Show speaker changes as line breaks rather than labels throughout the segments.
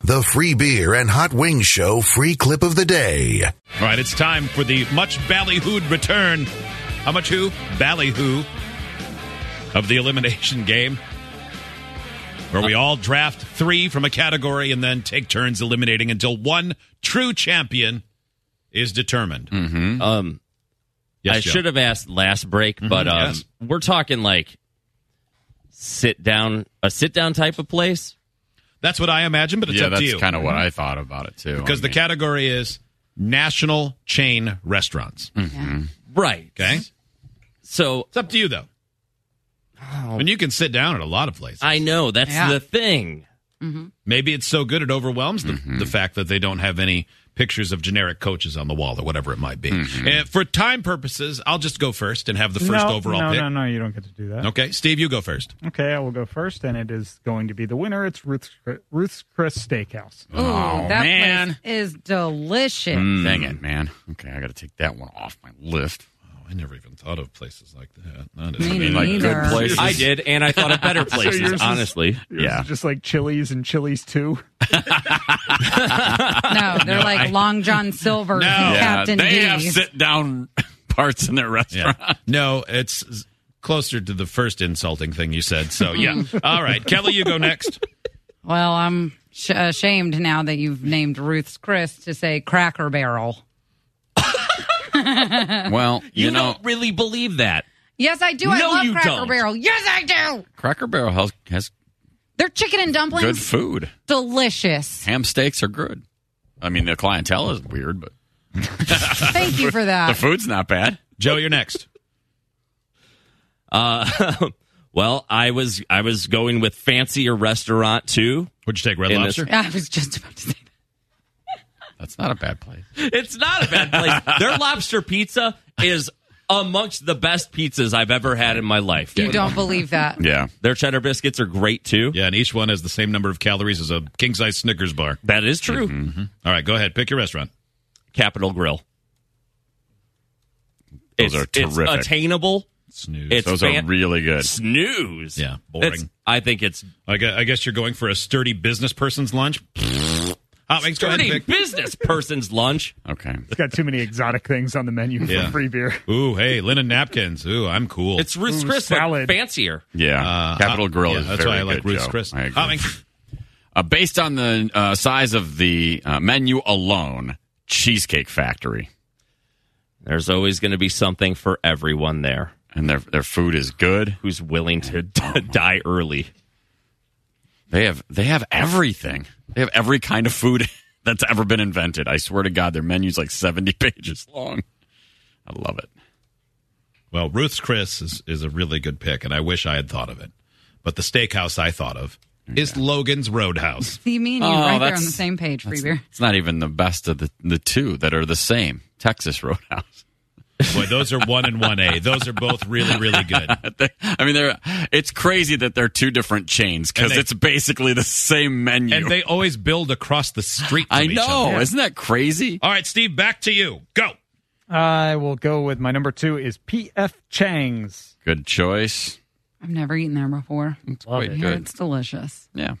The free beer and hot wings show free clip of the day.
All right, it's time for the much ballyhooed return. How much who? Ballyhoo of the elimination game, where we all draft three from a category and then take turns eliminating until one true champion is determined.
Mm-hmm.
Um,
Yes,
I
Joe.
should have asked last break, but um,
yes.
we're talking like sit down, a sit down type of place.
That's what I imagine, but it's
yeah,
up to
that's
you. Mm-hmm.
kind of what I thought about it too.
because
I
the
mean,
category is national chain restaurants.
Mm.
Right.
Okay,
So
it's up to you though. And you can sit down at a lot of places.
Oh. I know that's
Yeah.
the thing.
Maybe it's so good it overwhelms the,
Mm-hmm.
the fact that they don't have any pictures of generic coaches on the wall or whatever it might be.
Mm-hmm.
And for time purposes, I'll just go first and have the first
no,
overall
no,
pick.
No, no, you don't get to do that.
Okay, Steve, you go first.
Okay, I will go first, and it is going to be the winner. It's Ruth's Ruth's Chris Steakhouse.
Oh,
Ooh, that
"Oh, man.
place is delicious.
Mm.
dang it, man. Okay, I got to take that one off my list.
Oh, I never even thought of places like that. Not
Me
mean, like,
neither.
good places.
I did, and I thought of better places.
yours is-
honestly,
Yours
Yeah.
is just like Chili's and Chili's too.
No, they're like
I-
Long John Silver, and Captain
they have
D's.
sit down parts in their
Oh, Yeah.
restaurant.
no, it's closer to the first insulting thing you said. So yeah. All right, Kelly, you go next.
well, I'm sh- uh, ashamed now that you've named Ruth's Chris to say Cracker Barrel.
Well, you,
you,
know,
don't really believe that.
Yes, I do. I
No,
love
you
Cracker
don't.
Barrel. Yes, I do.
Cracker Barrel has, has
Their chicken and
good
dumplings,
food.
delicious.
Ham steaks are good. I mean, the clientele is weird, but
Thank you for
the
that.
food's not bad.
Joe, you're next.
Uh, well, I was I was going with fancier restaurant too.
Would you take Red
In this-
Lobster?
I was just about to say that.
That's not a bad place.
It's not a bad place. Their lobster pizza is amongst the best pizzas I've ever had in my life.
You don't believe that.
Yeah.
Their cheddar biscuits are great too.
Yeah, and each one has the same number of calories as a king size Snickers bar.
That is true.
All right, go ahead. Pick your restaurant.
Capital Grill. it's,
Those are terrific.
It's attainable.
Snooze.
It's
Those
fan-
are really good.
snooze.
Yeah, boring.
It's, I think it's
I guess, I guess you're going for a sturdy business person's lunch. Hot wings, go ahead
pretty
and pick.
business person's lunch.
Okay.
It's got too many exotic things on the menu
Yeah.
for free beer.
Ooh, hey, linen napkins. Ooh, I'm cool.
It's Ruth's
Ooh,
Chris, but
salad.
fancier.
Yeah.
Uh,
Capital
hot-
Grill
yeah,
is
that's
very
why I like
good,
Ruth's
Joe.
Chris.
I agree.
Hot wings.
Uh, based on the uh, size of the uh, menu alone, Cheesecake Factory,
There's always going to be something for everyone there
and their their food is good.
who's willing to die early.
They have they have everything. They have every kind of food that's ever been invented. I swear to God, their menu's like seventy pages long. I love it.
Well, Ruth's Chris is, is a really good pick, and I wish I had thought of it. But the steakhouse I thought of is Logan's Roadhouse.
See, me and you
Oh,
right there on
that's-
the same page, free
That's-
beer.
It's not even the best of the the two that are the same. Texas Roadhouse.
Boy, those are one and one A. Those are both really, really good.
I mean, they're it's crazy that they're two different chains
And
because
they-
it's basically the same menu.
And they always build across the street. from
I
each other.
know, isn't that crazy?
All right, Steve, back to you. Go.
I will go with my number two is P.F. Chang's.
Good choice.
I've never eaten there before.
It's quite
I hear
good.
It's delicious.
Yeah.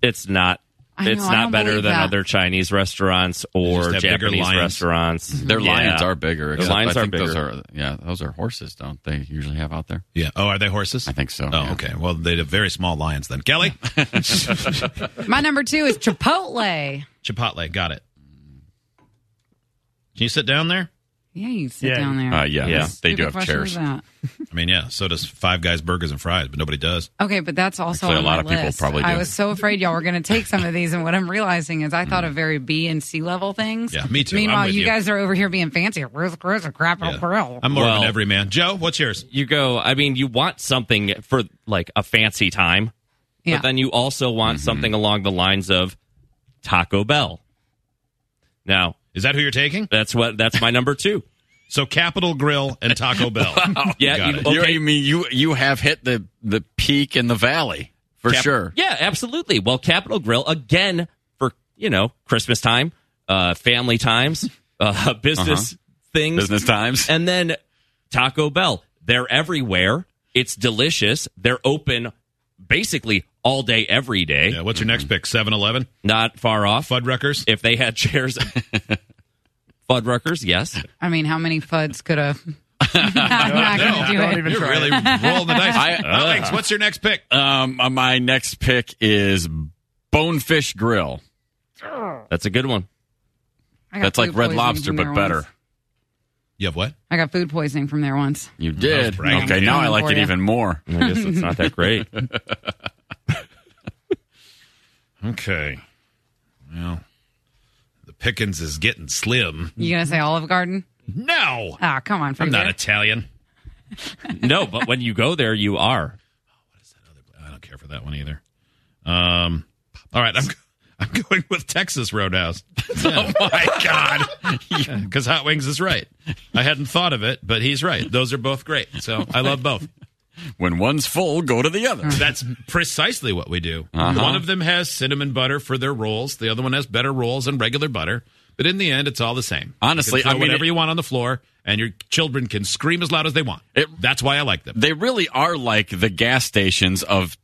It's not.
I know,
it's
I
not
don't
better
believe
than
that.
other Chinese restaurants or
Just have bigger
Japanese
lions.
restaurants.
Their
Yeah.
lions are bigger.
Their
except
lions
I
are
think Those
bigger.
are, yeah, those are horses, don't they? Usually have out there.
Yeah. Oh, are they horses?
I think so.
Oh,
yeah.
okay. Well, they have very small lions then. Kelly,
My number two is Chipotle.
Chipotle, got it. Can you sit down there?
Yeah, you sit
Yeah.
down there.
Uh, yeah,
Yeah.
they
Stupid
do have
question
chairs.
was that?
I mean, yeah. So does Five Guys Burgers and Fries, but nobody does.
Okay, but that's also
Actually, a
on
lot
my
of people
list.
probably
I
do.
was so afraid y'all were going to take some of these, and what I'm realizing is I thought
Mm.
of very B and C level things.
Yeah, me too. I'm
Meanwhile,
with
you,
you.
guys are over here being fancy. Ruth Chris and crap
Yeah.
on grill.
I'm more of
Well-
an everyman. Joe, what's yours?
You go. I mean, you want something for like a fancy time,
Yeah.
but then you also
Mm-hmm.
want something along the lines of Taco Bell. Now,
Is that who you're taking?
that's what that's my number two.
So Capital Grill and Taco Bell.
Yeah,
Got
you,
it.
You,
okay,
I mean, you you have hit the the peak in the valley for
Cap-
sure.
Yeah, absolutely. Well, Capitol Grill again for you know Christmas time, uh, family times, uh, business things,
Uh-huh. Business times.
and then Taco Bell. They're everywhere. It's delicious. They're open basically all day, every day.
Yeah, what's your next pick? 7 Eleven?
Not far off.
Fuddruckers?
If they had chairs, Fuddruckers, yes.
I mean, how many fuds could have? I'm not going to do
don't
it.
even
You're
try.
really rolling the dice.
I-
Alex, what's your next pick?
Um, uh, my next pick is Bonefish Grill.
That's a good one.
I got
That's like
food
Red
poisoning
Lobster,
from
but
there
better.
once.
You have what?
I got food poisoning from there once.
You did.
bragging.
Okay, now I like
For
it
ya.
even more.
I guess it's not that great.
Okay. Well, the pickings is getting slim.
You going to say Olive Garden?
No!
Ah, come on.
I'm
Fraser.
not Italian.
No, but when you go there, you are.
I don't care for that one either. Um, all right, I'm I'm going with Texas Roadhouse. oh my god! Because Hot Wings is right. I hadn't thought of it, but he's right. Those are both great. So I love both.
When one's full, go to the other.
Mm.
That's precisely what we do.
Uh-huh.
One of them has cinnamon butter for their rolls. The other one has better rolls and regular butter. But in the end, it's all the same.
Honestly,
you can throw
I mean,
whatever
it-
you want on the floor, and your children can scream as loud as they want.
It-
That's why I like them.
They really are like the gas stations of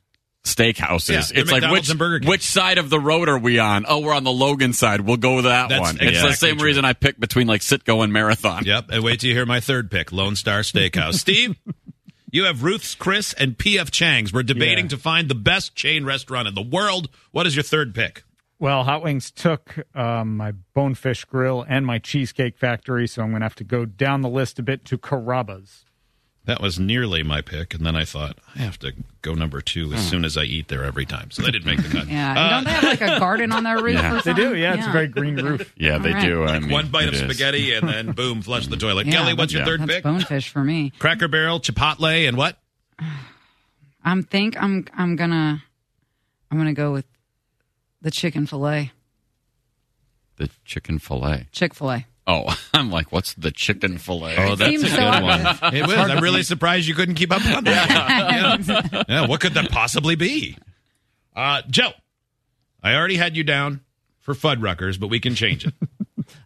steakhouses.
Yeah, they're
it's like
McDonald's
which
and Burger King.
which side of the road are we on? Oh, we're on the Logan side. We'll go with that
That's
one. it's
exactly
the same
true.
reason I picked between like Sitco and Marathon.
Yep. And wait till you hear my third pick, Lone Star Steakhouse. Steve, you have Ruth's, Chris, and P.F. Chang's. We're debating
Yeah.
to find the best chain restaurant in the world. What is your third pick?
Well, Hot Wings took um, my Bonefish Grill and my Cheesecake Factory, so I'm going to have to go down the list a bit to Carrabba's.
That was nearly my pick, and then I thought I have to go number two as soon as I eat there every time. So they didn't make the cut.
Yeah. And
Uh,
don't they have like a garden on their roof or
They
something?
do, yeah. It's a very green roof.
Yeah, they
All right.
do. I mean,
One bite of
it is.
spaghetti, and then boom, flush the toilet.
Yeah,
Kelly, what's your
yeah.
third
That's
pick?
bonefish for me.
Cracker Barrel, Chipotle, and what?
I'm think I'm I'm gonna I'm gonna go with the chicken fillet,
The chicken fillet.
Chick fil A.
Oh, I'm like, what's the chicken fillet?
Oh, that's a
Seems
good
so
one.
It was. I'm really surprised you couldn't keep up on that. yeah. Yeah, what could that possibly be? Uh, Joe, I already had you down for Fuddruckers, but we can change it.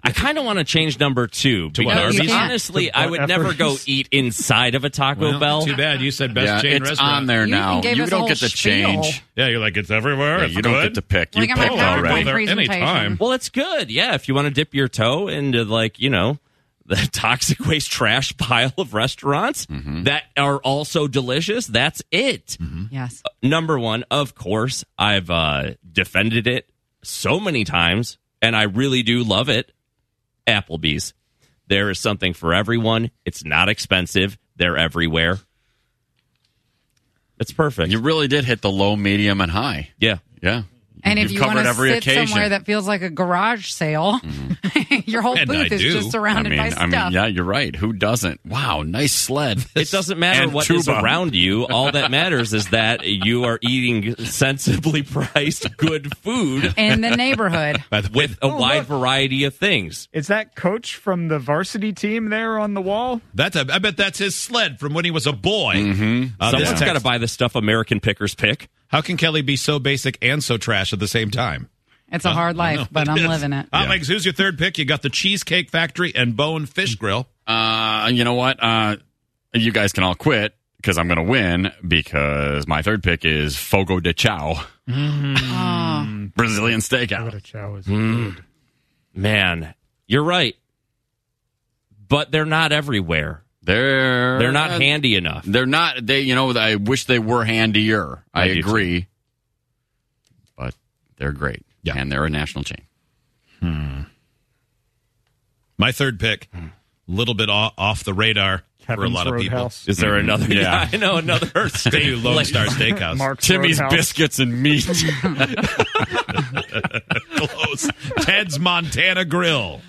I kind of want to change number two
what,
because
Arby's?
honestly,
To
I would
Butt
never go
Effers?
eat inside of a Taco
Well,
Bell.
Too bad you said best
yeah,
chain
it's
restaurant.
on there
You even
now.
gave
You
us a
don't
whole
get to
spiel.
change.
Yeah, you're like it's everywhere.
Yeah,
it's
you don't
good.
get to pick. You
Look at my
picked already.
PowerPoint
Well, there-
presentation.
anytime.
Well, it's good. Yeah, if you want to dip your toe into like you know the toxic waste trash pile of restaurants that are also delicious, that's it.
Yes.
Mm-hmm.
Number one, of course, I've uh, defended it so many times, and I really do love it. Applebee's. There is something for everyone. It's not expensive. They're everywhere. It's perfect.
You really did hit the low, medium, and high.
yeah.
Yeah.
And if
You've
you
covered
want to
every
sit
occasion. Mm-hmm.
somewhere that feels like a garage sale, your whole
And I
booth is
do.
just
I
surrounded
mean,
by
I
stuff.
mean, yeah, you're right. Who doesn't? Wow, nice sled.
It doesn't matter
And
what is
tuba.
around you. All that matters is that you are eating sensibly priced good food
In the neighborhood.
By the way,
with a wide variety of things.
Is that coach from the varsity team there on the wall?
that's a, I bet that's his sled from when he was a boy.
Mm-hmm.
Uh, this
Someone's got to
text-
buy the stuff American pickers pick.
How can Kelly be so basic and so trash at the same time?
It's a hard
I know.
life, but I'm living it.
Hot Legs, who's your third pick? You got the Cheesecake Factory and Bone Fish Grill.
Uh, you know what? Uh, you guys can all quit. because I'm going to win because my third pick is Fogo de Chao,
Oh,
Brazilian
What a
Steakout.
chow is.
Man, you're right. But they're not everywhere.
They're
They're not handy enough.
They're not. They you know I wish they were handier. I,
do, too.
agree, but they're great. Yeah, and they're a national chain.
My third pick, a little bit off, off the radar for a
Kevin's
lot of people.
Roadhouse.
Is there another?
Yeah.
I know another
Maybe
state.
Lone Star Steakhouse.
Mark's
Timmy's
Roadhouse.
biscuits and meat.
Close. Ted's Montana Grill.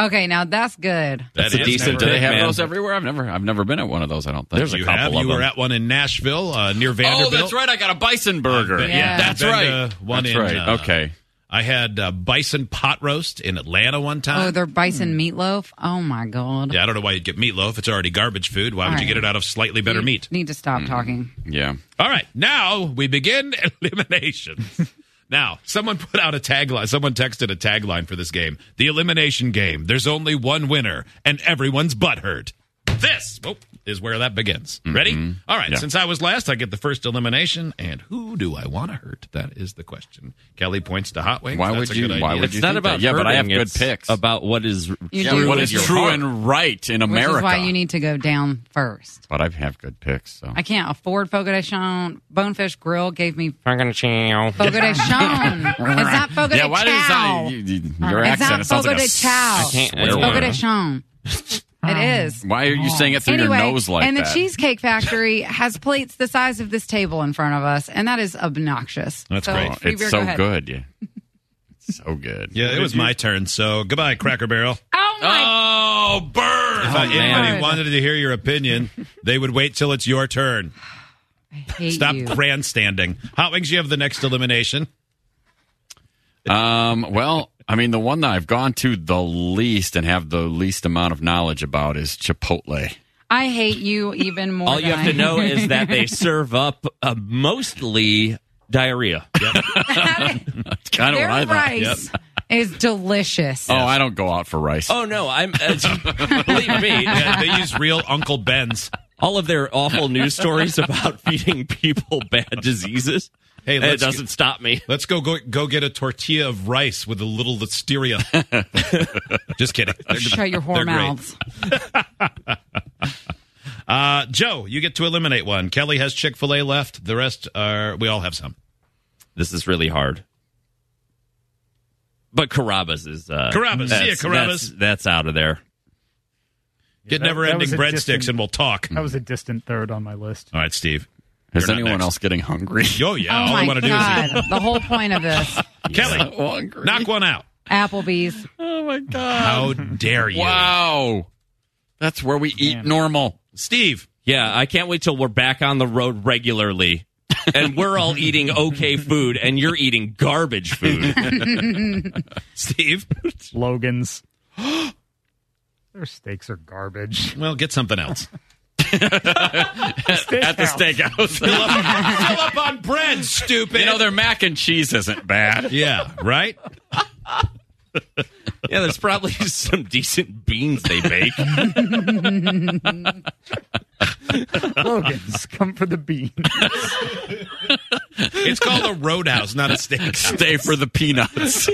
okay. Now that's good.
That's a
is
decent
Do
never-
they have
Man.
those everywhere? I've never, I've never been at one of those. I don't think
There's a
You
couple
have.
of
You were
them.
at one in Nashville uh, near
Oh,
Vanderbilt.
that's right. I got a bison burger.
Yeah.
Yeah.
that's
Been
right.
to one
that's
in,
right.
uh,
okay.
I had uh, bison pot roast in Atlanta one
Oh,
time.
they're
hmm.
bison meatloaf. Oh my god.
Uh, yeah, I don't know why you'd get meatloaf. It's already garbage food. Why would you
All
get it out of slightly better
You
meat?
Need to stop
Mm-hmm.
talking.
Yeah.
All right, now we begin eliminations. now, someone put out a tagline. Someone texted a tagline for this game: the elimination game. There's only one winner, and everyone's butthurt. This oh, is where that begins. Ready? All right.
Yeah.
Since I was last, I get the first elimination. And who do I want to hurt? That is the question. Kelly points to Hot Wings.
Why
That's
would
a
you-
Good
why
idea.
would
It's
you
not
think
about
that? Yeah, but I have
hurting,
good
it's
picks.
About what is
You
Yeah,
do.
what
with
is
your
true
heart.
and right in
Which
America?
is why you need to go down first.
But I have good picks. So
I can't afford Fogo de Chão. Bonefish Grill gave me
fucking chill.
Fogo de Chão. It's not Fogo
yeah,
de
why does
Chão.
that? You, you, your
it's
accent
not
it sounds
Fogo
like a
de Chão.
s-
can't-
swear
It's Fogo
word.
de Chão. It is.
Why are you saying it through
Oh. anyway,
your nose like
and
that?
the Cheesecake Factory has plates the size of this table in front of us, and that is obnoxious.
That's
so
great.
Oh,
Free
it's
beer,
so
go ahead.
good. Yeah. It's so good.
Yeah, it was my turn. So goodbye, Cracker Barrel.
Oh my!
Oh, burn! If anybody
man.
wanted to hear your opinion, they would wait till it's your turn.
I hate
Stop
you.
grandstanding. Hot Wings, you have the next elimination.
Um, well, I mean, the one that I've gone to the least and have the least amount of knowledge about is Chipotle.
I hate you even more.
All you
than
have to
I-
know is that they serve up uh, mostly diarrhea.
That's kind of
their
what I thought.
rice is delicious.
Oh, I don't go out for rice.
Oh no, I'm uh, believe me.
Yeah, they use real Uncle Ben's.
All of their awful news stories about feeding people bad diseases.
Hey,
it
let's
doesn't
get-
stop me.
Let's go, go go get a tortilla of rice with a little listeria. Just kidding.
Shut your
They're
whore
great.
mouths.
Uh, Joe, you get to eliminate one. Kelly has Chick Fil A left. The rest are we all have some.
This is really hard. But Carabas is uh,
Carrabba's. See ya,
that's-
Carrabba's.
That's, that's out of there.
Get
that- that
never-ending
was a
breadsticks,
distant-
and we'll talk.
That was a distant third on my list.
All right, Steve. you're
is
not
anyone
next.
else getting hungry?
Oh yeah,
oh
all
my
I want to do is
god! the whole point of this,
eat. Kelly.
hungry.
Knock one out.
Applebee's.
Oh my god!
How
Um,
dare you,
Wow, that's where we eat normal.
Steve?
Yeah, I can't wait till we're back on the road regularly, and we're all eating okay food, and you're eating garbage food.
Steve.
Logan's. Their steaks are garbage.
Well, get something else.
At the steakhouse,
Fill up, fill up on bread, stupid.
you know their mac and cheese isn't bad.
yeah, right?
yeah, there's probably some decent beans they bake.
Logan's. Come for the bean.
It's called a roadhouse, not a steak.
Stay for the peanuts.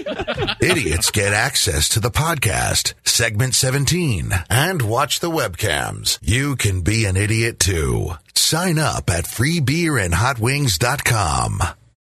Idiots get access to the podcast, segment 17, and watch the webcams. You can be an idiot too. Sign up at freebeerandhotwings.com.